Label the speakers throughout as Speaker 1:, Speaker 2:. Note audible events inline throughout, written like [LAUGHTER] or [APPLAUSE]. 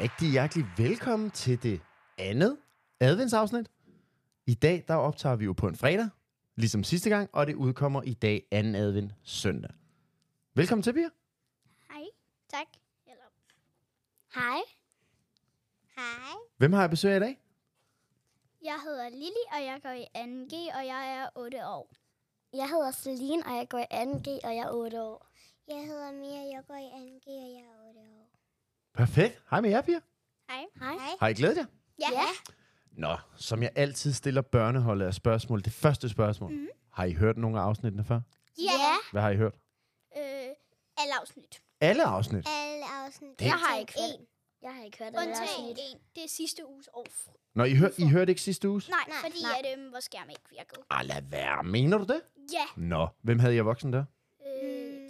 Speaker 1: Rigtig hjertelig velkommen til det andet adventsafsnit. I dag, der optager vi jo på en fredag, ligesom sidste gang, og det udkommer i dag anden advent søndag. Velkommen til, Pia.
Speaker 2: Hej. Tak. Eller... Hej. Hej.
Speaker 1: Hvem har jeg besøg af i dag?
Speaker 2: Jeg hedder Lili, og jeg går i 2G, og jeg er 8 år. Jeg hedder Celine, og jeg går i 2G, og jeg er 8 år. Jeg hedder Mia, jeg går i 2G, og jeg er 8 år.
Speaker 1: Perfekt. Hej med jer, Pia.
Speaker 2: Hej. Hej. Hej.
Speaker 1: Har I glædet jer?
Speaker 2: Ja. ja.
Speaker 1: Nå, som jeg altid stiller børneholdet af spørgsmål. Det første spørgsmål.
Speaker 2: Mhm.
Speaker 1: Mm-hmm. Har I hørt nogle af afsnittene før?
Speaker 2: Ja. ja.
Speaker 1: Hvad har I hørt?
Speaker 2: Øh, alle afsnit.
Speaker 1: Alle afsnit?
Speaker 3: Alle afsnit.
Speaker 2: Jeg har ikke hørt.
Speaker 3: en. Jeg har ikke hørt det.
Speaker 2: Undtagen en. Det er sidste uges år.
Speaker 1: Nå, I, hør, I hørte ikke sidste uges?
Speaker 2: Nej,
Speaker 3: Nej,
Speaker 2: fordi
Speaker 3: nej.
Speaker 2: At, øhm, vores skærm ikke virkede.
Speaker 1: Ah, lad være. Mener du det?
Speaker 2: Ja.
Speaker 1: Nå, hvem havde jeg voksen der?
Speaker 2: Øh, kan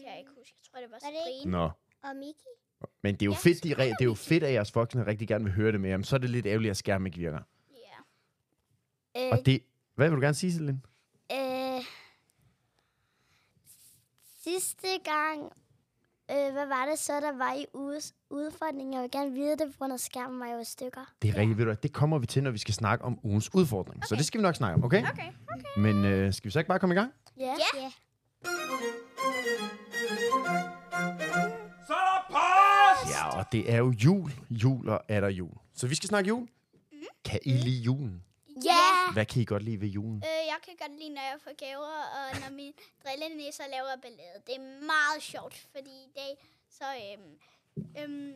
Speaker 2: jeg ikke huske. Jeg tror, det var
Speaker 3: Var det ikke-
Speaker 2: Sabrina.
Speaker 1: Nå.
Speaker 3: Og Miki?
Speaker 1: Men det er jo,
Speaker 2: Ja,
Speaker 1: fedt, de re- det er jo fedt, at jeres voksne rigtig gerne vil høre det med jer. Men så er det lidt ærgerligt, at skærmen ikke virker.
Speaker 2: Ja.
Speaker 1: Og
Speaker 2: Øh.
Speaker 1: det... Hvad vil du gerne sige, Celine?
Speaker 3: Øh, sidste gang, øh, hvad var det så, der var i uges udfordring? Jeg vil gerne vide det, på grund af skærmen var jo i stykker.
Speaker 1: Det er rigtigt, ved du, hvad, det kommer vi til, når vi skal snakke om ugens udfordring. Okay. Så det skal vi nok snakke om, okay?
Speaker 2: Okay.
Speaker 1: Men øh, skal vi så ikke bare komme i gang?
Speaker 3: Ja.
Speaker 2: Ja.
Speaker 3: ja.
Speaker 1: Ja, og det er jo jul. Jul og er der jul. Så vi skal snakke jul.
Speaker 2: Mm.
Speaker 1: Kan I lide julen?
Speaker 2: Ja.
Speaker 1: Hvad kan I godt lide ved julen?
Speaker 2: Øh, jeg kan godt lide, når jeg får gaver, og når min drillenisser laver ballade. Det er meget sjovt, fordi i dag, så, øhm, øhm,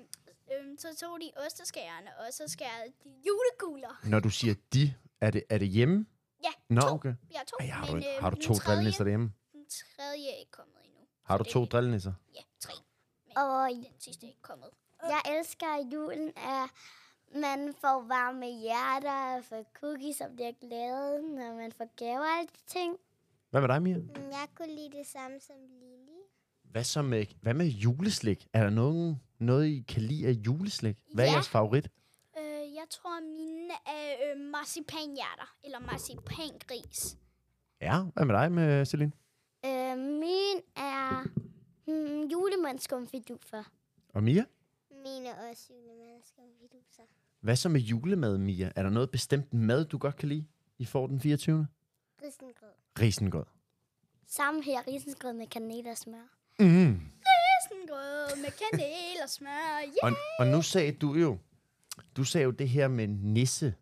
Speaker 2: øhm, så tog de osteskærerne, og så skærede de julekugler.
Speaker 1: Når du siger de, er det, er det hjemme?
Speaker 2: Øh. Ja,
Speaker 1: Nå,
Speaker 2: to.
Speaker 1: okay.
Speaker 2: Jeg tog,
Speaker 1: Ej, har, du,
Speaker 2: men,
Speaker 1: en-
Speaker 2: øhm,
Speaker 1: har du
Speaker 2: den
Speaker 1: to
Speaker 2: tredje-
Speaker 1: drillenisser derhjemme?
Speaker 2: Den tredje er ikke kommet endnu.
Speaker 1: Har du
Speaker 2: det er
Speaker 1: to
Speaker 2: ikke-
Speaker 1: drillenisser?
Speaker 2: Ja, tre.
Speaker 3: Og
Speaker 2: Den sidste er ikke kommet.
Speaker 3: jeg elsker i julen, at man får varme hjerter, og får cookies, som bliver glade, når man får gaver og alle de ting.
Speaker 1: Hvad med dig, Mia?
Speaker 3: Mm, Jeg kunne lide det samme som Lili.
Speaker 1: Hvad, så med, hvad med juleslik? Er der nogen, noget, I kan lide af juleslik? Hvad er
Speaker 2: Ja.
Speaker 1: jeres favorit?
Speaker 2: Øh, jeg tror, mine er øh, marcipanhjerter, eller marcipangris.
Speaker 1: Ja, hvad med dig med Celine?
Speaker 3: Øh, min er hmm, julemandskumfidufer.
Speaker 1: Og Mia?
Speaker 3: Mine er også julemandskumfiduser.
Speaker 1: Hvad så med julemad, Mia? Er der noget bestemt mad, du godt kan lide? I får den 24.
Speaker 3: Risengrød.
Speaker 1: Risengrød.
Speaker 3: Samme her, risengrød med kanel og smør.
Speaker 1: Mm.
Speaker 2: Risengrød med kanel og smør. Ja,
Speaker 1: Og, og nu sagde du jo, du sagde jo det her med nisse,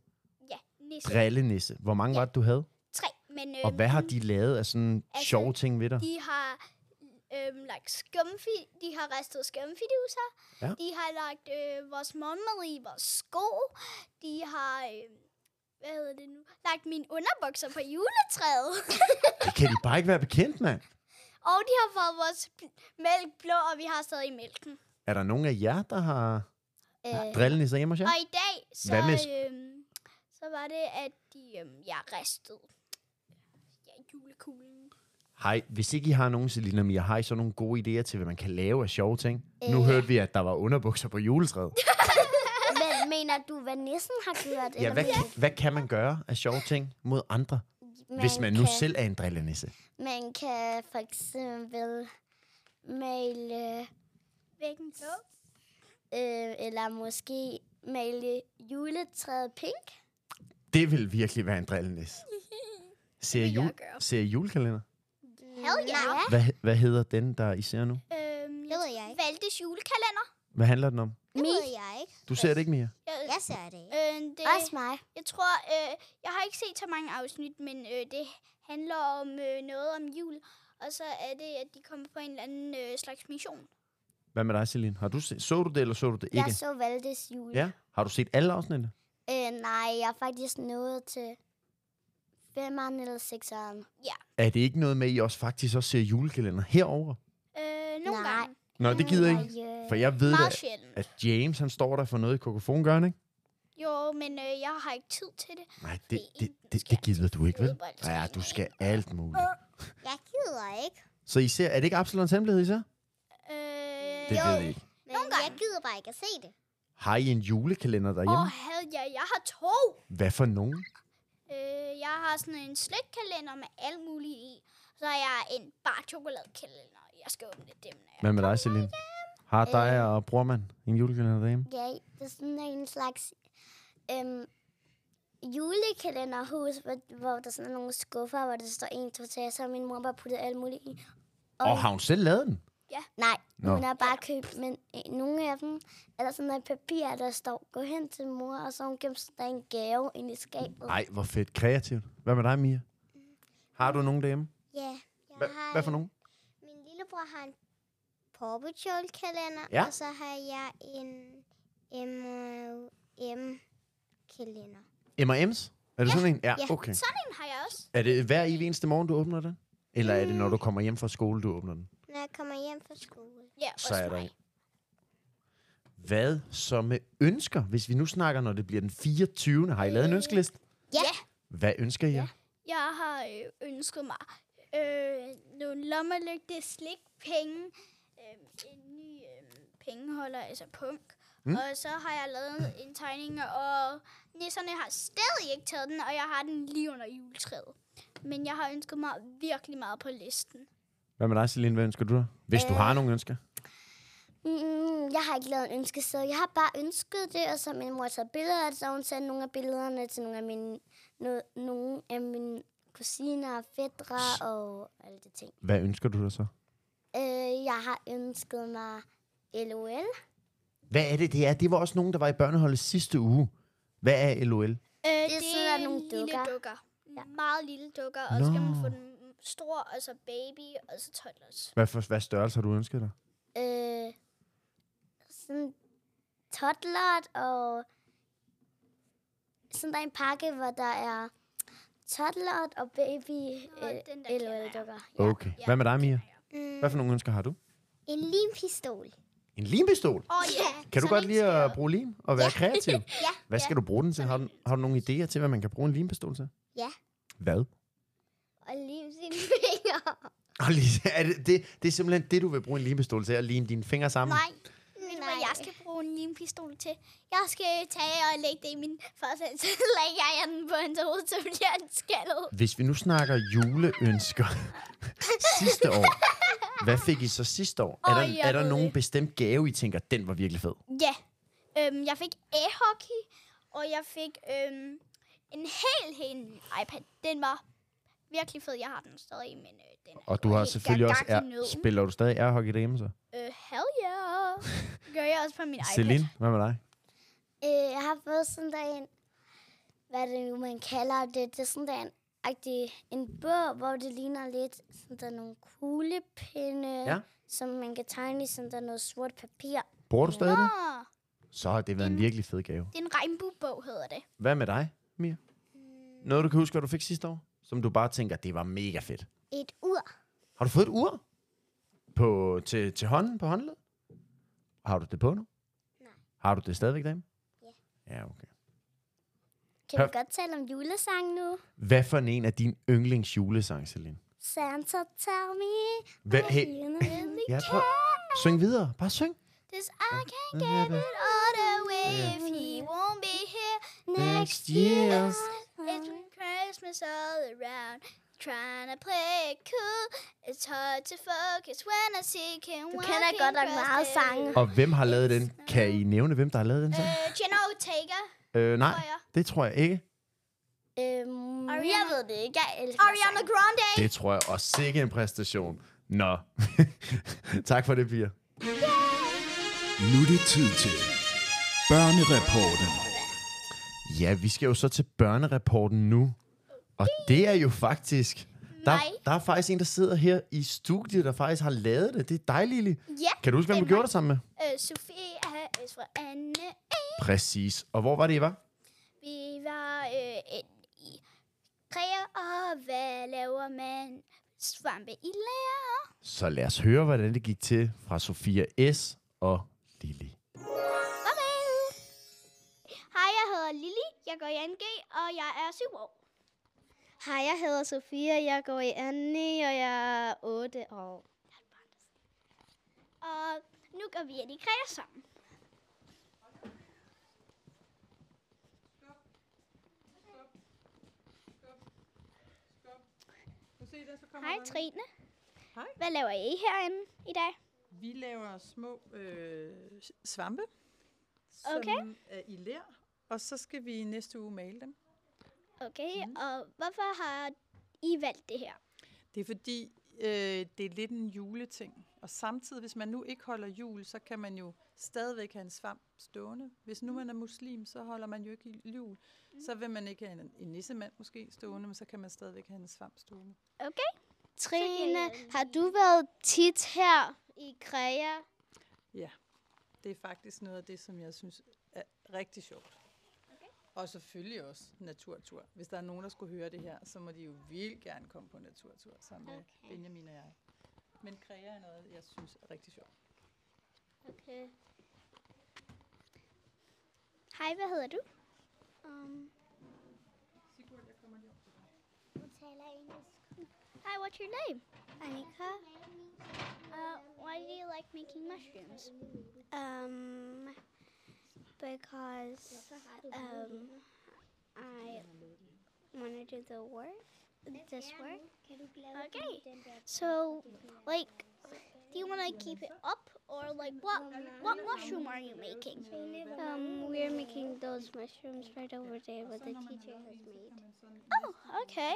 Speaker 2: ja næste.
Speaker 1: drillenisse. Hvor mange var det, du havde?
Speaker 2: Tre, men øh,
Speaker 1: Og hvad har de lavet af sådan
Speaker 2: Altså,
Speaker 1: sjove ting ved dig?
Speaker 2: de har øhm, lagt skumfi, de har ristet skumfiduser,
Speaker 1: Ja.
Speaker 2: de har lagt øh, vores morgenmad i vores sko, de har, øh, hvad hedder det nu, lagt mine underbukser på
Speaker 1: [LAUGHS]
Speaker 2: juletræet,
Speaker 1: Det kan de bare ikke være bekendt, mand.
Speaker 2: og de har fået vores bl- mælk blå, og vi har stadig mælken.
Speaker 1: Er der nogen af jer, der har
Speaker 3: Øh,
Speaker 1: drillenisser hjemme hos jer?
Speaker 2: Og i dag, så,
Speaker 1: Hvad med sk-
Speaker 2: øhm, så var det, at de, øhm, jeg ristede ja, julekuglen.
Speaker 1: Hej, hvis ikke I har nogen, Selina og Mia, har I så nogle gode idéer til, hvad man kan lave af sjove ting? Nu hørte vi, at der var underbukser på juletræet.
Speaker 3: men mener du, hvad nissen har gjort?
Speaker 1: Ja, hvad, hvad kan man gøre af sjove ting mod andre, man hvis man nu
Speaker 3: kan,
Speaker 1: selv er en drillenisse?
Speaker 3: Man kan for eksempel male,
Speaker 2: Væggen blå.
Speaker 3: øh, eller måske male juletræet pink.
Speaker 1: Det vil virkelig være en drillenisse. Ser I
Speaker 2: vil jeg
Speaker 1: jul,
Speaker 2: gøre.
Speaker 1: ser I julekalender?
Speaker 2: Hell yeah.
Speaker 3: Ja.
Speaker 1: Hvad, hvad hedder den, der I ser nu?
Speaker 2: Øhm,
Speaker 3: Det ved jeg ikke.
Speaker 2: Valgtes julekalender.
Speaker 1: Hvad handler den om?
Speaker 3: Det ved jeg ikke.
Speaker 1: Du ser det ikke, Mia?
Speaker 2: Jeg,
Speaker 3: Jeg ser det ikke.
Speaker 2: øh, det,
Speaker 3: Også mig.
Speaker 2: Jeg tror, øh, jeg har ikke set så mange afsnit, men øh, det handler om øh, noget om jul. Og så er det, at de kommer på en eller anden øh, slags mission.
Speaker 1: Hvad med dig, Celine? Har du se, så du det, eller så du det ikke?
Speaker 3: Jeg så Valdes jul.
Speaker 1: Ja. Har du set alle afsnittene?
Speaker 3: Øh, nej, jeg er faktisk nået til 5'eren eller 6'eren.
Speaker 1: Er det ikke noget med, at I også faktisk også ser julekalender herover?
Speaker 2: Øh, nogle
Speaker 3: Nej.
Speaker 2: gange.
Speaker 1: Nå, det gider I ikke.
Speaker 3: øh,
Speaker 1: For jeg ved,
Speaker 2: Meget
Speaker 1: at,
Speaker 2: sjældent.
Speaker 1: at James, han står der for noget i kokofongøren, ikke?
Speaker 2: Jo, men øh, jeg har ikke tid til det.
Speaker 1: Nej, det, det, det, det gider du ikke, vel? Ja, du skal alt muligt.
Speaker 3: Jeg gider ikke.
Speaker 1: Så I ser, er det ikke Absalons hemmelighed, I ser?
Speaker 2: Øh,
Speaker 1: Det
Speaker 2: jo,
Speaker 1: ved I ikke.
Speaker 3: Men jeg gider bare ikke at se det.
Speaker 1: Har I en julekalender
Speaker 2: og
Speaker 1: derhjemme?
Speaker 2: havde jeg, jeg har to.
Speaker 1: Hvad for nogen?
Speaker 2: Øh, jeg har sådan en slikkalender med alt muligt i. Så har jeg en bar chokoladekalender. Jeg skal åbne dem, når jeg
Speaker 4: Øh.
Speaker 1: Hvad med dig, Celine? Har dig og brormand en julekalender derhjemme?
Speaker 3: Ja, det er sådan en, slags øhm, julekalenderhus, hvor, hvor der sådan er nogle skuffer, hvor der står 1, 2, 3, så har min mor bare puttet alt muligt i.
Speaker 1: Og har hun selv lavet den?
Speaker 3: Nej,
Speaker 1: Nå.
Speaker 3: Nå. hun har bare købt, men øh, nogle af dem er der sådan noget papir, der står, gå hen til mor, og så har hun gemt sådan der en gave ind i skabet.
Speaker 1: Nej, hvor fedt. Kreativt. Hvad med dig, Mia? Har du nogen derhjemme?
Speaker 4: Ja, jeg
Speaker 1: Hva,
Speaker 4: har
Speaker 1: hvad for
Speaker 4: en-
Speaker 1: nogen?
Speaker 4: Min lillebror har en Paw Patrol kalender,
Speaker 1: Ja.
Speaker 4: og så har jeg en M kalender.
Speaker 1: M&M's? Er det sådan en? Ja,
Speaker 4: ja.
Speaker 1: okay.
Speaker 2: Sådan en har jeg også.
Speaker 1: Er det hver evig eneste morgen, du åbner den? Eller er det, når du kommer hjem fra skole, du åbner den?
Speaker 4: Når jeg kommer hjem fra skole.
Speaker 2: Ja,
Speaker 1: Så
Speaker 2: hos
Speaker 1: er der
Speaker 2: mig.
Speaker 1: en. Hvad så med ønsker? Hvis vi nu snakker, når det bliver den 24. Har I lavet en ønskeliste?
Speaker 4: Øh, Ja.
Speaker 1: Hvad ønsker I jer?
Speaker 2: Jeg har øh, ønsket mig øh, nogle lommelygte slik, penge, øh, en ny øh, pengeholder, altså punk.
Speaker 1: Mm.
Speaker 2: Mm. Og så har jeg lavet en tegning, og nisserne har stadig ikke taget den, og jeg har den lige under juletræet. Men jeg har ønsket mig virkelig meget på listen.
Speaker 1: Hvad med dig, Celine? Hvad ønsker du dig? Hvis du
Speaker 4: Øh.
Speaker 1: har nogle ønsker.
Speaker 3: Mm, jeg har ikke lavet en ønskeseddel. Jeg har bare ønsket det, og så har min mor taget billeder af det, så har hun sendt nogle af billederne til nogle af mine, no, nogle af mine kusiner og fædre og alle de ting.
Speaker 1: Hvad ønsker du dig så?
Speaker 3: Øh, jeg har ønsket mig LOL.
Speaker 1: Hvad er det, det er? Det var også nogen, der var i børneholdet sidste uge. Hvad er LOL?
Speaker 2: Øh,
Speaker 3: er sådan nogle dukker.
Speaker 2: Lille dukker.
Speaker 3: Ja.
Speaker 2: Ja. Meget lille dukker, og så skal man få
Speaker 1: Nå.
Speaker 2: den stor, og så baby, og så toddlers.
Speaker 1: Hvad, for, hvad størrelse har du ønsket dig?
Speaker 3: Øh, sådan toddlert og sådan der er en pakke, hvor der er toddlert og baby
Speaker 2: Nå,
Speaker 3: øh,
Speaker 2: den der kender jeg.
Speaker 3: LOL-dukker.
Speaker 1: Okay. Hvad med dig, Mia?
Speaker 4: Mm,
Speaker 1: Hvad for nogle ønsker har du?
Speaker 4: en limpistol.
Speaker 1: En limpistol.
Speaker 2: Åh oh, ja,
Speaker 1: Kan du
Speaker 2: sådan
Speaker 1: godt
Speaker 2: en
Speaker 1: lide
Speaker 2: skal jeg
Speaker 1: at bruge lim og være kreativ?
Speaker 4: [LAUGHS] Ja.
Speaker 1: Hvad skal du bruge den til? Har du, har du nogle idéer til, hvad man kan bruge en limpistol til?
Speaker 4: Ja.
Speaker 1: Hvad?
Speaker 4: Og lim sine fingre.
Speaker 1: Og lige, er det, det, det er simpelthen det, du vil bruge en limpistol til, at lime dine fingre sammen?
Speaker 2: Nej. Ved du, hvad jeg skal bruge en limpistol til? Jeg skal tage og lægge det i min far, så [LAUGHS] lægger jeg den på hans hoved, så bliver han skaldet.
Speaker 1: Hvis vi nu snakker juleønsker sidste år, hvad fik I så sidste år? er
Speaker 2: Åh,
Speaker 1: der,
Speaker 2: jeg
Speaker 1: er der
Speaker 2: ved
Speaker 1: nogen
Speaker 2: det.
Speaker 1: bestemt gave, I tænker, den var virkelig fed?
Speaker 2: Ja. Øhm, jeg fik A-hockey, og jeg fik øhm, en helt, helt ny iPad. Den var virkelig fed. Jeg har den stadig, men øh, den er
Speaker 1: Og du har selvfølgelig også... Er, spiller du stadig airhockey derhjemme så?
Speaker 2: Øh, hell yeah.
Speaker 1: [LAUGHS]
Speaker 2: Gør jeg også på min iPad.
Speaker 1: Celine, hvad med dig?
Speaker 3: Øh, jeg har fået sådan der en, hvad er det nu, man kalder det, det er sådan der en, agtig, en bog, hvor det ligner lidt sådan der nogle kuglepinde,
Speaker 1: Ja.
Speaker 3: som man kan tegne i sådan der noget sort papir.
Speaker 1: Bruger du stadig det?
Speaker 2: Åh,
Speaker 1: Så har det været en virkelig fed gave.
Speaker 2: Ah, det er en regnbuebog, hedder det.
Speaker 1: Hvad med dig, Mia? Noget, du kan huske, hvad du fik sidste år? Som du bare tænker, det var mega fedt.
Speaker 4: Et ur.
Speaker 1: Har du fået et ur? På, til, til hånden, på håndled? Har du det på nu?
Speaker 4: Nej.
Speaker 1: Har du det stadigvæk derhjemme?
Speaker 4: Ja.
Speaker 1: Ja, okay.
Speaker 3: Kan vi
Speaker 1: Perf-
Speaker 3: godt tale om julesang nu?
Speaker 1: Hvad for en af dine yndlings julesang, Celine?
Speaker 3: Santa tell me,
Speaker 1: Hvad,
Speaker 3: are
Speaker 1: hey,
Speaker 3: you in the
Speaker 1: jeg tror... Syng videre. Bare syng.
Speaker 2: This I can get it all the way if he won't be here
Speaker 1: Next year.
Speaker 2: It's been Christmas all around. Trying to play it cool. It's hard to focus when I see him
Speaker 3: Du kender godt nok meget sange.
Speaker 1: Og hvem har lavet den? Kan I nævne, hvem der har lavet den sang?
Speaker 2: Uh, Jenna Ortega,
Speaker 1: Øh, nej,
Speaker 2: tror jeg.
Speaker 1: det tror jeg ikke.
Speaker 3: Øhm,
Speaker 2: Ariana-
Speaker 3: jeg ved det ikke. Jeg elsker
Speaker 2: Ariana
Speaker 3: sangen.
Speaker 2: Grande.
Speaker 1: Det tror jeg også ikke er en præstation. Nå. [LAUGHS] tak for det, Pia.
Speaker 5: Nu er det tid til Børnereporten.
Speaker 1: Ja, vi skal jo så til børnerapporten nu. Og det er jo faktisk... Der,
Speaker 2: Mig.
Speaker 1: der er faktisk en, der sidder her i studiet, der faktisk har lavet det. Det er dig, Lili.
Speaker 2: Ja,
Speaker 1: Kan du huske, hvem
Speaker 2: det
Speaker 1: du
Speaker 2: er
Speaker 1: gjorde
Speaker 2: mig.
Speaker 1: det sammen med?
Speaker 2: Uh, Sofie er fra Anne.
Speaker 1: Præcis. Og hvor var det, I var?
Speaker 2: Vi var øh, ind i kræer, og hvad laver man? Svampe i lærer.
Speaker 1: Så lad os høre, hvordan det gik til fra Sofia S. og Lili.
Speaker 2: Okay. Hej, jeg hedder Lili, jeg går i 2G, og jeg er 7 år.
Speaker 4: Hej, jeg hedder Sofia, jeg går i 2. og jeg er 8 år.
Speaker 2: Og nu går vi ind i kræer sammen. Hej, Trine.
Speaker 6: Hej.
Speaker 2: Hvad laver I herinde i dag?
Speaker 6: Vi laver små øh, svampe,
Speaker 2: Okay.
Speaker 6: som er i lær, og så skal vi i næste uge male dem.
Speaker 2: Okay, mm. og hvorfor har I valgt det her?
Speaker 6: Det er fordi, øh, det er lidt en juleting. Og samtidig, hvis man nu ikke holder jul, så kan man jo stadigvæk have en svamp stående. Hvis nu man er muslim, så holder man jo ikke jul. Så vil man ikke have en, en nissemand måske stående, men så kan man stadigvæk have en svamp stående.
Speaker 4: Trine,
Speaker 2: jeg
Speaker 4: har du været tit her i Krea?
Speaker 6: Det er faktisk noget af det, som jeg synes er rigtig sjovt. Og selvfølgelig også naturtur. Hvis der er nogen, der skulle høre det her, så må de jo vildt gerne komme på naturtur sammen okay. med Benjamin og jeg. Men kræer er noget, jeg synes er rigtig sjovt.
Speaker 4: Okay.
Speaker 2: Hej, hvad hedder du?
Speaker 3: Um,
Speaker 6: Sigurd, jeg kommer lige op til dig.
Speaker 3: hun taler engelsk.
Speaker 2: Hi, what's your name?
Speaker 3: Annika?
Speaker 2: Uh, why do you like making mushrooms?
Speaker 3: Um, because um, I want to do the work, this work.
Speaker 2: Okay. So, like, do you want to keep it up or like what what mushroom are you making?
Speaker 3: Um, we are making those mushrooms right over there what the teacher has made.
Speaker 2: Oh, okay.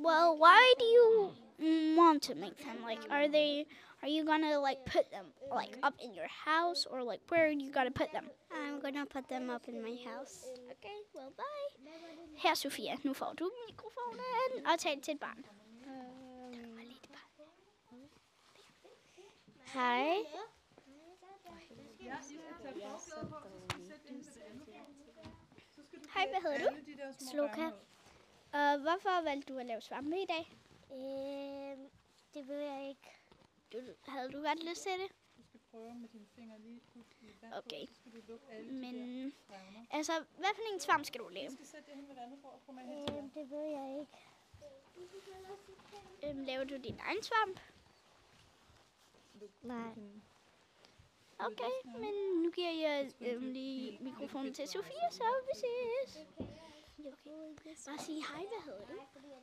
Speaker 2: Well, why do you mm, want to make them? Like, are they are you gonna like put them like up in your house or like where are you gonna put them?
Speaker 3: I'm gonna put them up in my house.
Speaker 2: Okay, well bye. Her Sofia, nu får du mikrofonen og tal til et barn.
Speaker 3: Hej.
Speaker 2: Hej, hvad hedder du?
Speaker 3: Sloka.
Speaker 2: Og hvorfor valgte du at lave svampe i dag?
Speaker 3: Øhm, det ved jeg ikke.
Speaker 2: Du, havde du godt lyst til det?
Speaker 6: Du skal prøve med dine fingre lige putte i vand
Speaker 2: Okay.
Speaker 6: på, så skal du lukke alle
Speaker 2: Men
Speaker 6: de der revner.
Speaker 2: altså, hvad for en svamp skal du lave?
Speaker 6: Du skal sætte det hen ved et andet bord, kommer jeg hen til dig.
Speaker 3: det ved jeg ikke.
Speaker 2: Øhm, laver du din egen svamp?
Speaker 3: Nej.
Speaker 2: Okay, men nu giver jeg øhm, lige mikrofonen til Sofia, så vi ses. Okay. Bare sige hej, hvad hedder du?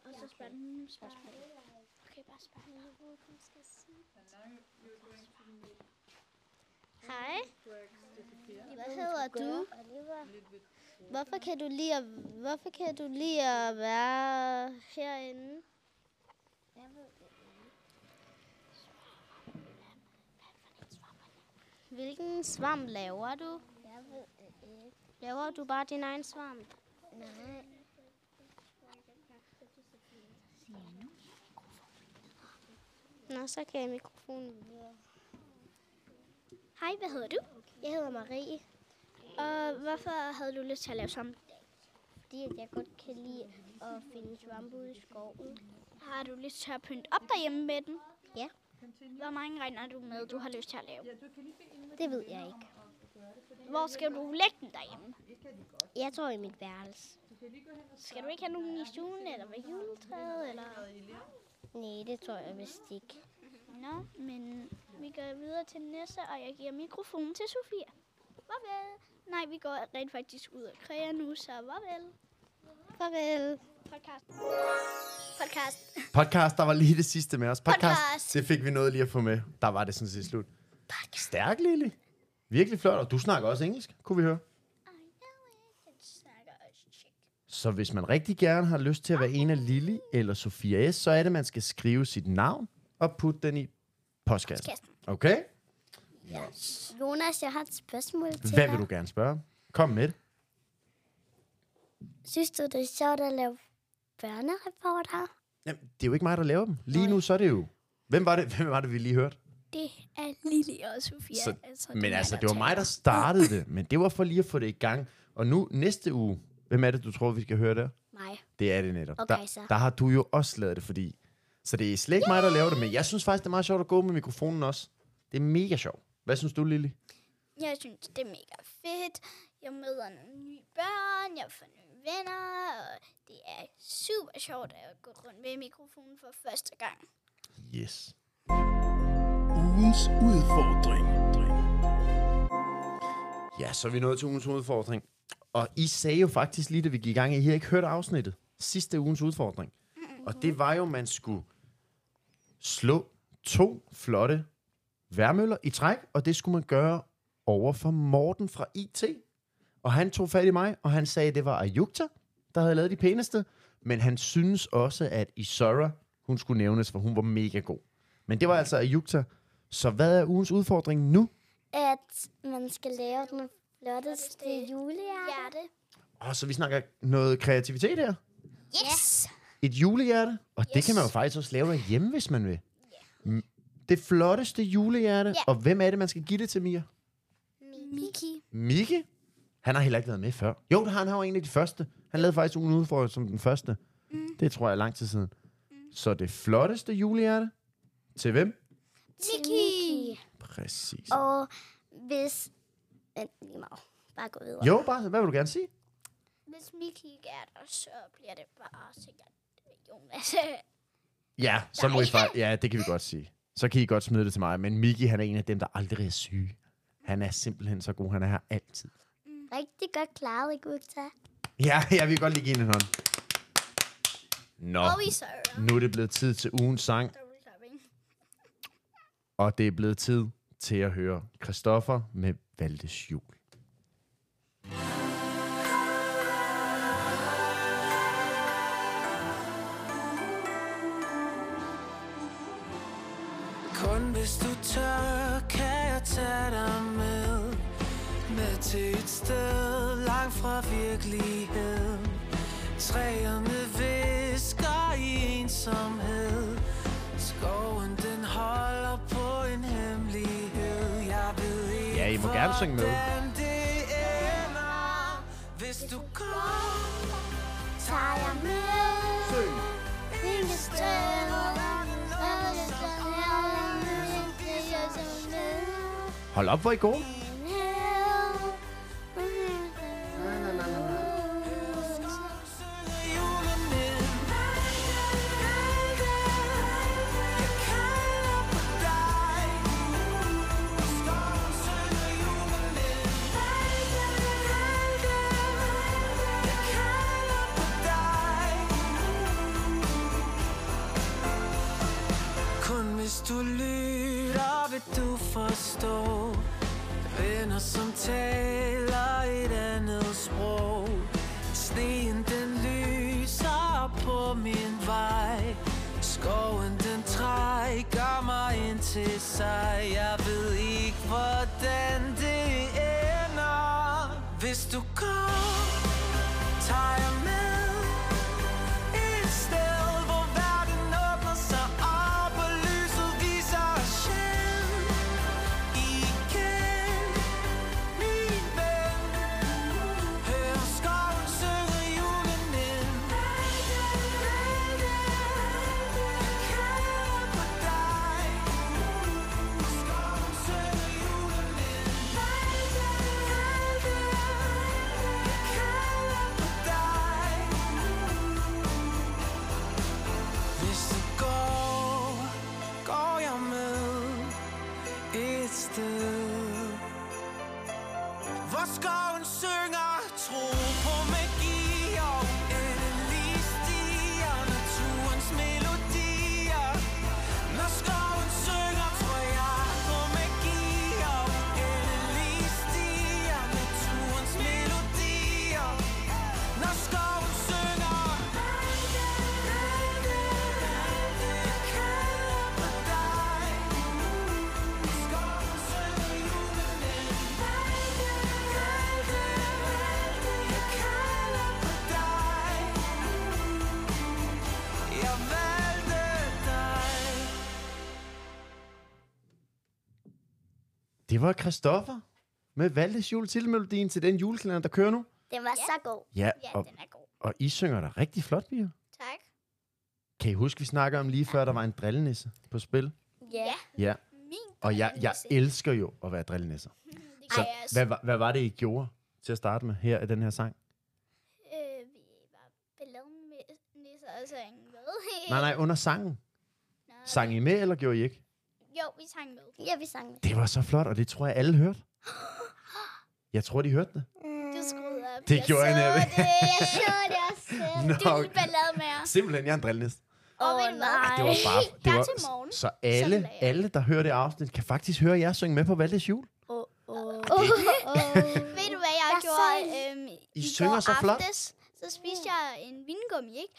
Speaker 2: Og så spørg den spørgsmål. Okay, bare spørg.
Speaker 4: Hej,
Speaker 3: Hvad hedder du?
Speaker 4: hvorfor kan du lide at, hvorfor kan du lide at være herinde? Hvilken svamp laver du?
Speaker 3: Jeg ved det ikke.
Speaker 4: Laver du bare din egen svamp?
Speaker 3: Nej.
Speaker 4: Nå, så kan jeg mikrofonen videre.
Speaker 2: Hej, hvad hedder du?
Speaker 3: Jeg hedder Marie,
Speaker 2: Og hvorfor havde du lyst til at lave svamp?
Speaker 3: fordi at jeg godt kan lide at finde svampe ude i skoven.
Speaker 2: Har du lyst til at pynte op derhjemme med den?
Speaker 3: Ja.
Speaker 2: Hvor mange regner du med, du har lyst til at lave?
Speaker 3: Det ved jeg ikke.
Speaker 2: Hvor skal du lægge den derhjemme?
Speaker 3: Jeg tror i mit værelse.
Speaker 2: Skal du ikke have nogen i stuen, eller ved juletræet, eller...
Speaker 3: Nej, det tror jeg vist ikke.
Speaker 2: Nå, men vi går videre til Nessa, og jeg giver mikrofonen til Sofia. Farvel. Nej, vi går rent faktisk ud og kræger nu, så farvel.
Speaker 4: Farvel.
Speaker 2: Podcast. Podcast.
Speaker 1: Podcast, der var lige det sidste med os. Podcast,
Speaker 2: Podcast.
Speaker 1: det fik vi noget lige at få med. Der var det sådan set slut. Stærk, Lili. Virkelig flot, og du snakker også engelsk, kunne vi høre.
Speaker 2: Den snakker også chick.
Speaker 1: Så hvis man rigtig gerne har lyst til at være en af Lili eller Sofia S., så er det, man skal skrive sit navn og putte den i postkassen. Okay?
Speaker 3: Jonas, jeg har et spørgsmål til
Speaker 1: Hvad
Speaker 3: dig.
Speaker 1: vil du gerne spørge om? Kom med det.
Speaker 3: Synes du, det er sjovt at lave børnereporter?
Speaker 1: Jamen, det er jo ikke mig, der laver dem. Lige nu, så er det jo... Hvem var det, [LAUGHS] hvem var det vi lige hørte?
Speaker 2: Det er Lili og Sofia.
Speaker 1: Så-
Speaker 2: altså,
Speaker 1: Men
Speaker 2: er
Speaker 1: altså,
Speaker 2: mig,
Speaker 1: det var
Speaker 2: der
Speaker 1: mig, der startede det. Men det var for lige at få det i gang. Og nu, næste uge... Hvem er det, du tror, vi skal høre der?
Speaker 3: Mig.
Speaker 1: Det er det netop.
Speaker 3: Okay,
Speaker 1: der,
Speaker 3: så.
Speaker 1: der har du jo også lavet det, fordi... Så det er slet ikke mig, der laver det, men jeg synes faktisk, det er meget sjovt at gå med mikrofonen også. Det er mega sjovt. Hvad synes du, Lili?
Speaker 2: Jeg synes, det er mega fedt. Jeg møder nogle nye børn, jeg får nye venner, og det er super sjovt at gå rundt med mikrofonen for første gang.
Speaker 1: Yes.
Speaker 5: Ugens udfordring.
Speaker 1: Ja, så er vi nået til ugens udfordring. Og I sagde jo faktisk lige, da vi gik i gang, at I havde ikke hørte afsnittet. Sidste ugens udfordring. Og det var jo, at man skulle slå to flotte værmøller i træk, og det skulle man gøre over for Morten fra IT. Og han tog fat i mig, og han sagde, at det var Ayukta, der havde lavet de pæneste. Men han synes også, at Isora, hun skulle nævnes, for hun var mega god. Men det var altså Ayukta. Så hvad er ugens udfordring nu?
Speaker 3: At man skal lave den flotteste julehjerte.
Speaker 2: Hjerte.
Speaker 1: Og så vi snakker noget kreativitet her.
Speaker 3: Yes!
Speaker 1: Et julehjerte. Og yes. det
Speaker 2: Yes.
Speaker 1: kan man jo faktisk også lave derhjemme, hvis man vil. Yeah. Det flotteste julehjerte. Yeah.
Speaker 2: Ja.
Speaker 1: Og hvem er det, man skal give det til, Mia?
Speaker 3: Miki.
Speaker 1: Mikke? Han har heller ikke været med før. Jo, det har han. Han var en af de første. Han lavede faktisk ugen udfordring som den første. Mm. Det tror jeg er lang tid siden. Mm. Så det flotteste julehjerte. Til hvem?
Speaker 3: Miki.
Speaker 1: Præcis.
Speaker 3: Og hvis... Men lige meget. Bare gå videre.
Speaker 1: Jo, bare hvad vil du gerne sige?
Speaker 2: Hvis Miki ikke er der, så bliver det bare sikkert øh, Jonas. [LAUGHS]
Speaker 1: Ja, så må I faktisk... Ja, det kan vi godt sige. Så kan I godt smide det til mig. Men Miki, han er en af dem, der aldrig er syg. Han er simpelthen så god. Han er her altid.
Speaker 3: Rigtig godt klaret, Igukta.
Speaker 1: Ja, jeg vil godt lige give hende en hånd. Nå,
Speaker 2: Og vi sørger.
Speaker 1: nu er det blevet tid til ugens sang,
Speaker 2: Double tapping.
Speaker 1: og det er blevet tid til at høre Christoffer med Valdes Jul.
Speaker 7: Kun hvis du tør, kan jeg tage dig med Med til et sted langt fra virkeligheden Træerne visker i ensomhed Skoven den holder på en hemmelighed Jeg ved ikke,
Speaker 1: Ja, I må gerne synge med.
Speaker 7: hvordan det ender Hvis du kommer,
Speaker 3: Tager jeg med. Hvilket sted?
Speaker 1: Hold op, hvor er I gode.
Speaker 7: synger julen ind Jeg kalder på dig Skoven synger julen ind Jeg kalder på dig Kun hvis du lytter, vil du forstå Venner som taler et andet sprog Sneen den lyser på min vej Skoven den trækker mig ind til sig Jeg ved ikke, hvordan det ender Hvis du går, tager jeg med et sted, hvor verden åbner sig op, og lyset viser skin. Igen, min ven, hør skoven synge julen ind. Jeg kalder på dig. Skoven synger julen ind. Jeg kalder på dig. Hvis det går, går jeg med et sted Hvor skoven synger tro på magi og endelig stiger naturens melodier Når skoven synger, tror jeg på magi og endelig stiger naturens melodier Når skoven synger Jeg valgte dig
Speaker 1: Det var Christoffer med Valdes Jul tilmelodien til den julekalender, der kører nu.
Speaker 3: Den var så god.
Speaker 1: Ja,
Speaker 2: Ja,
Speaker 1: og,
Speaker 2: den er god.
Speaker 1: og I synger da rigtig flot, Pia.
Speaker 2: Tak.
Speaker 1: Kan I huske, vi snakker om lige før, der var en drillenisse på spil?
Speaker 3: Ja.
Speaker 1: Ja,
Speaker 2: Min
Speaker 1: og jeg, jeg
Speaker 2: drillenisse.
Speaker 1: elsker jo at være drillenisser.
Speaker 2: Det
Speaker 1: Så
Speaker 2: kan jeg også.
Speaker 1: hvad, var- hvad var det, I gjorde til at starte med her i den her sang?
Speaker 2: Øh, vi var balladnisser og sang med.
Speaker 1: Nej, nej, under sangen.
Speaker 2: Nå,
Speaker 1: Sang I med, eller gjorde I ikke?
Speaker 2: Jo, vi sang med.
Speaker 3: Ja, vi sang med.
Speaker 1: Det var så flot, og det tror jeg, alle
Speaker 2: [GASPS]
Speaker 1: hørte. Jeg tror, de hørte det.
Speaker 2: Du skruede op.
Speaker 1: Det gjorde jeg nemlig.
Speaker 2: Det. Jeg
Speaker 1: [LAUGHS]
Speaker 2: så det også selv.
Speaker 1: Nå.
Speaker 2: Det er en ballade med os.
Speaker 1: Simpelthen, jeg er en drillenisse.
Speaker 2: Og ved du hvad?
Speaker 1: Det var bare... Det
Speaker 2: Her
Speaker 1: var,
Speaker 2: til morgen,
Speaker 1: så alle,
Speaker 2: lagde jeg.
Speaker 1: alle, der hører det afsnit, kan faktisk høre jer synge med på Valdes Jul.
Speaker 3: Åh, åh.
Speaker 1: det.
Speaker 2: Ved du, hvad jeg,
Speaker 3: Jeg
Speaker 2: gjorde
Speaker 3: sagde-
Speaker 2: øhm,
Speaker 1: I synger
Speaker 2: går
Speaker 1: så flot.
Speaker 2: aftes? Så spiste jeg en vingummi, ikke?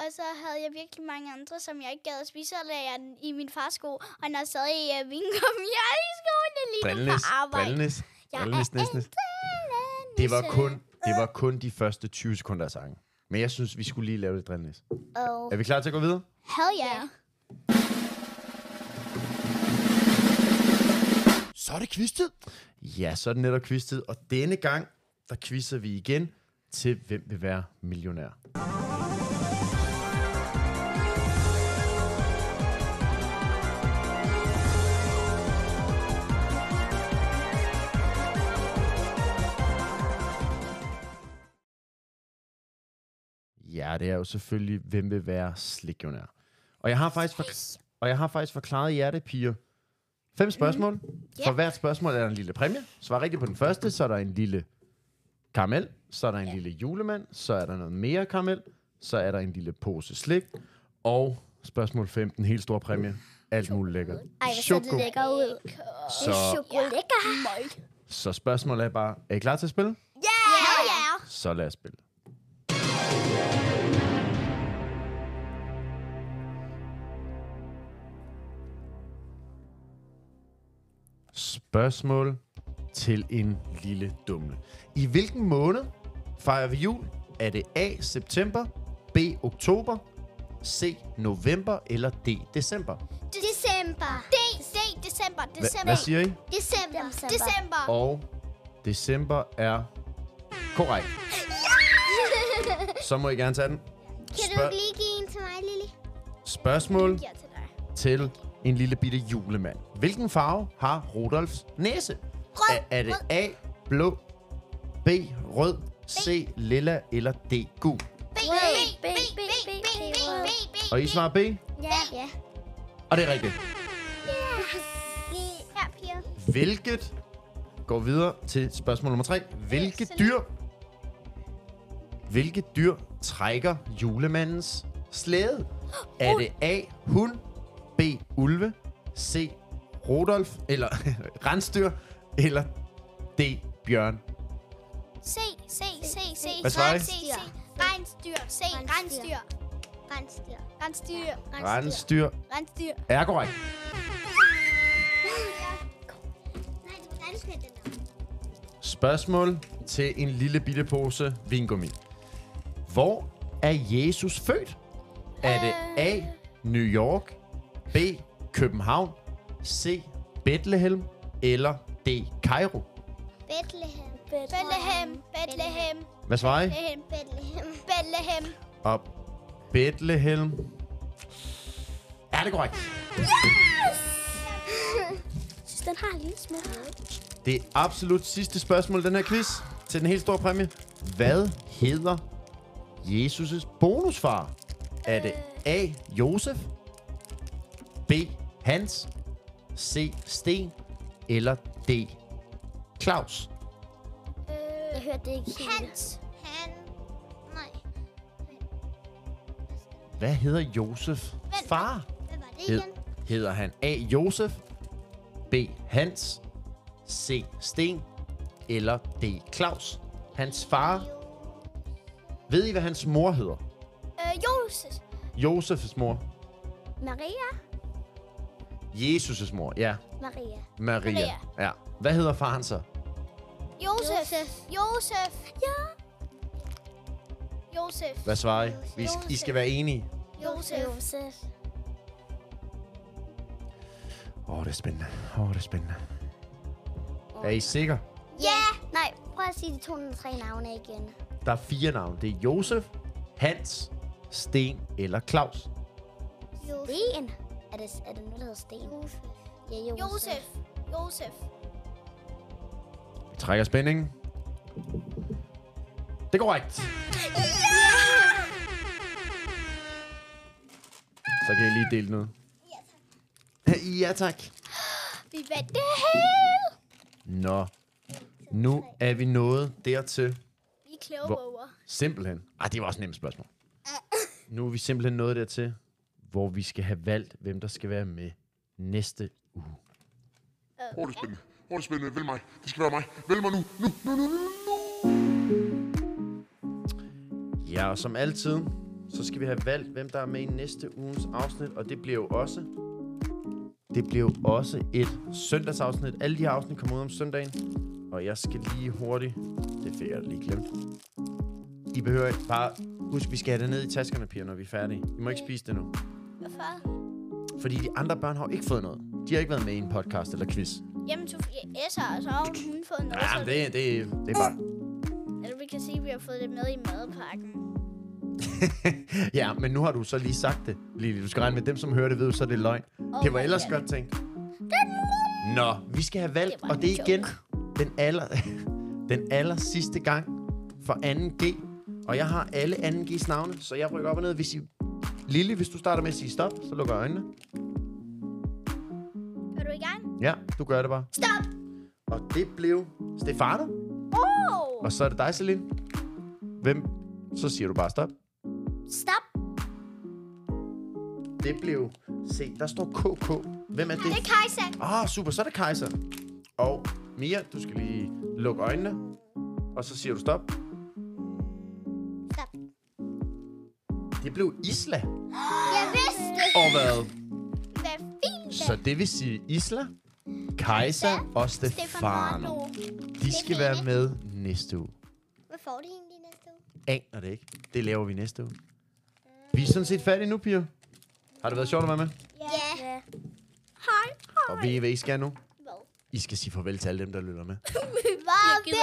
Speaker 2: Og så havde jeg virkelig mange andre, som jeg ikke gad at spise, så lagde jeg den i min fars sko, og den er stadig øh, vingummi [LAUGHS] jeg i skoene lige nu
Speaker 1: Brillenes,
Speaker 2: på arbejde.
Speaker 1: brillenes,
Speaker 2: Jeg
Speaker 1: brillenes,
Speaker 2: er
Speaker 1: næsnes.
Speaker 2: en brillenes.
Speaker 1: Det var kun, det var kun de første 20 sekunder af sangen. Men jeg synes, vi skulle lige lave det drillenes.
Speaker 3: Og
Speaker 1: Er vi klar til at gå videre?
Speaker 2: Hell yeah.
Speaker 1: Så er det quiztid. Ja, så er det netop quiztid. Og denne gang, der quizzer vi igen til, hvem vil være millionær. Ja, det er jo selvfølgelig, hvem vil være slikionær. Og jeg har faktisk, for, og jeg har faktisk forklaret jer det, piger. Fem spørgsmål.
Speaker 3: Mm-hmm.
Speaker 1: For hvert spørgsmål er der en lille præmie. Svar rigtigt på den første, så er der en lille karamel, så er der en lille julemand, så er der noget mere karamel, så er der en lille pose slik, og spørgsmål 5, den helt store præmie. Alt muligt lækkert.
Speaker 3: ej, hvor ser det lækker ud. Det er
Speaker 1: Så,
Speaker 3: chokolade. Lækker.
Speaker 1: så spørgsmålet er bare, er I klar til at spille?
Speaker 2: Hell yeah.
Speaker 1: Så lad os spille. Spørgsmål til en lille dumle. I hvilken måned fejrer vi jul? Er det A. september, B. oktober, C. november eller D. december?
Speaker 3: December.
Speaker 2: D, D, december,
Speaker 1: Hva-
Speaker 2: december.
Speaker 1: hvad siger I?
Speaker 3: December. December.
Speaker 2: December.
Speaker 1: Og december er korrekt. Så må I gerne tage den.
Speaker 3: Kan du
Speaker 1: Spørg-
Speaker 3: ikke lige give en til mig, Lili?
Speaker 1: Spørgsmål
Speaker 2: Ja, til dig.
Speaker 1: til en lille bitte julemand. Hvilken farve har Rudolfs næse? Rød, er, er det A, blå, B, rød, C, lilla eller D, gul?
Speaker 2: B, B, B, B, B, B, B, B, B.
Speaker 1: Og I svarer B,
Speaker 3: Ja. ja.
Speaker 1: og det er rigtigt.
Speaker 2: Her, piger.
Speaker 1: Hvilket går videre til spørgsmål nummer 3. Hvilke dyr Hvilke dyr trækker julemandens slæde? Er det A. Hund, B. Ulve, C. Rodolf, eller [LAUGHS] rensdyr, eller D. Bjørn?
Speaker 2: Se, se, se, se.
Speaker 1: Hvad svarer I?
Speaker 2: Se, se. Rensdyr. Se, rensdyr.
Speaker 3: Rensdyr.
Speaker 2: Rensdyr.
Speaker 1: Rensdyr
Speaker 2: Rensdyr.
Speaker 1: er korrekt.
Speaker 3: Nej, det er rensdyr, den der.
Speaker 1: Spørgsmål til en lille bitte pose vingummi. Hvor er Jesus født? Er det A. New York, B. København, C. Bethlehem eller D. Cairo?
Speaker 3: Bethlehem.
Speaker 2: Bethlehem. Bethlehem.
Speaker 1: Hvad svarer I?
Speaker 2: Bethlehem.
Speaker 3: Bethlehem.
Speaker 2: Bethlehem.
Speaker 1: Og Bethlehem. Er det korrekt?
Speaker 3: Jeg synes, den har en lille smule.
Speaker 1: Det er absolut sidste spørgsmål i den her quiz til den helt store præmie. Hvad hedder Jesus' bonusfar? Er det A. Josef, B. Hans, C. Sten eller D. Claus?
Speaker 3: Jeg hørte det ikke helt.
Speaker 2: Hans. Han. Nej.
Speaker 1: Hvad hedder Josef far?
Speaker 2: Hvad var det
Speaker 1: Hed, hedder han A. Josef, B. Hans, C. Sten eller D. Claus? Hans far. Ved I, hvad hans mor hedder?
Speaker 2: Øh, Joses.
Speaker 1: Josefs mor.
Speaker 3: Maria.
Speaker 1: Jesus' mor, ja.
Speaker 3: Maria.
Speaker 1: Maria.
Speaker 2: Maria.
Speaker 1: Ja. Hvad hedder faren så?
Speaker 2: Josef. Josef. Ja. Josef.
Speaker 1: Hvad svarer I? Vi, I skal være enige.
Speaker 2: Josef.
Speaker 3: Josef.
Speaker 1: Åh, oh, det er spændende. Åh, oh, det er spændende. Er I sikre?
Speaker 3: Ja. Nej, prøv at sige de 203 navne igen.
Speaker 1: Der er fire navne. Det er Josef, Hans, Sten eller Claus.
Speaker 3: Sten. Er det, er det nu, der hedder Sten? Ja, Josef.
Speaker 2: Josef. Josef.
Speaker 1: Vi trækker spændingen. Det er korrekt. Så kan I lige dele noget. Ja tak.
Speaker 2: Vi vandt det hele.
Speaker 1: Nå. Nu er vi nået dertil,
Speaker 2: Vi er kloge
Speaker 1: Hvor-
Speaker 2: over.
Speaker 1: Simpelthen. Ej, Ah, det var også et nemt spørgsmål. Nu er vi simpelthen nået dertil, hvor vi skal have valgt, hvem der skal være med næste uge.
Speaker 5: Rollespil.
Speaker 8: Hvor er det spændende? Vælg mig. Det skal være mig. Vælg mig nu. Nu, nu, nu, nu, nu.
Speaker 1: Ja, og som altid, så skal vi have valgt, hvem der er med i næste ugens afsnit, og det bliver jo også... Det bliver jo også et søndagsafsnit. Alle de her afsnit kommer ud om søndagen, og jeg skal lige hurtigt... Det fik jeg lige glemt. I behøver ikke bare... Husk, vi skal have det ned i taskerne, piger, når vi er færdige. I må ikke spise det nu.
Speaker 2: Hvorfor?
Speaker 1: Fordi de andre børn har jo ikke fået noget. De har ikke været med i en podcast eller quiz.
Speaker 2: Jamen, Sofie Esser, og så har hun fået noget.
Speaker 1: Ja,
Speaker 2: så-
Speaker 1: det, det, det er bare...
Speaker 2: Eller vi kan sige, at vi har fået det med i madpakken.
Speaker 1: ja, men nu har du så lige sagt det, Lili. Du skal regne med dem, som hører det, ved jo så, det er løgn. Oh det var
Speaker 2: my
Speaker 1: ellers
Speaker 2: God.
Speaker 1: godt tænkt. Nå, vi skal have valgt,
Speaker 2: Det var
Speaker 1: og
Speaker 2: en
Speaker 1: det er igen
Speaker 2: joke.
Speaker 1: den aller, [LAUGHS] den aller sidste gang for 2G. Og jeg har alle 2G's navne, så jeg rykker op og ned. Hvis I... Lille, hvis du starter med at sige stop, så lukker jeg øjnene.
Speaker 2: Er du i gang?
Speaker 1: Ja, du gør det bare.
Speaker 2: Stop!
Speaker 1: Og det blev Stefano.
Speaker 2: Oh!
Speaker 1: Og så er det dig, Celine. Hvem? Så siger du bare stop.
Speaker 3: Stop.
Speaker 1: Det blev... Se, der står KK. Hvem er det?
Speaker 2: Det er Kajsa.
Speaker 1: Ah, super. Så er det Kaiser. Og Mia, du skal lige lukke øjnene. Og så siger du stop.
Speaker 3: Stop.
Speaker 1: Det blev Isla.
Speaker 3: Jeg vidste det.
Speaker 1: Og hvad?
Speaker 2: Hvad fint.
Speaker 1: Så det vil sige Isla, Kaiser og
Speaker 2: Stefan
Speaker 1: Stefano.
Speaker 2: Marlow.
Speaker 1: De skal være med næste uge.
Speaker 3: Hvad får de egentlig næste uge?
Speaker 1: Aner det ikke. Det laver vi næste uge. Vi er sådan set færdige nu, piger. Har det været sjovt at være med?
Speaker 3: Ja. ja.
Speaker 2: Hej.
Speaker 1: Og ved I, hvad I skal nu?
Speaker 2: Hvad?
Speaker 1: I skal sige farvel til alle dem, der lytter med.
Speaker 2: Jeg gider ikke.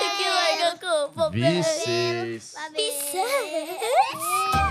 Speaker 2: Jeg gider ikke at gå på
Speaker 1: Vi ses.
Speaker 3: Vi ses.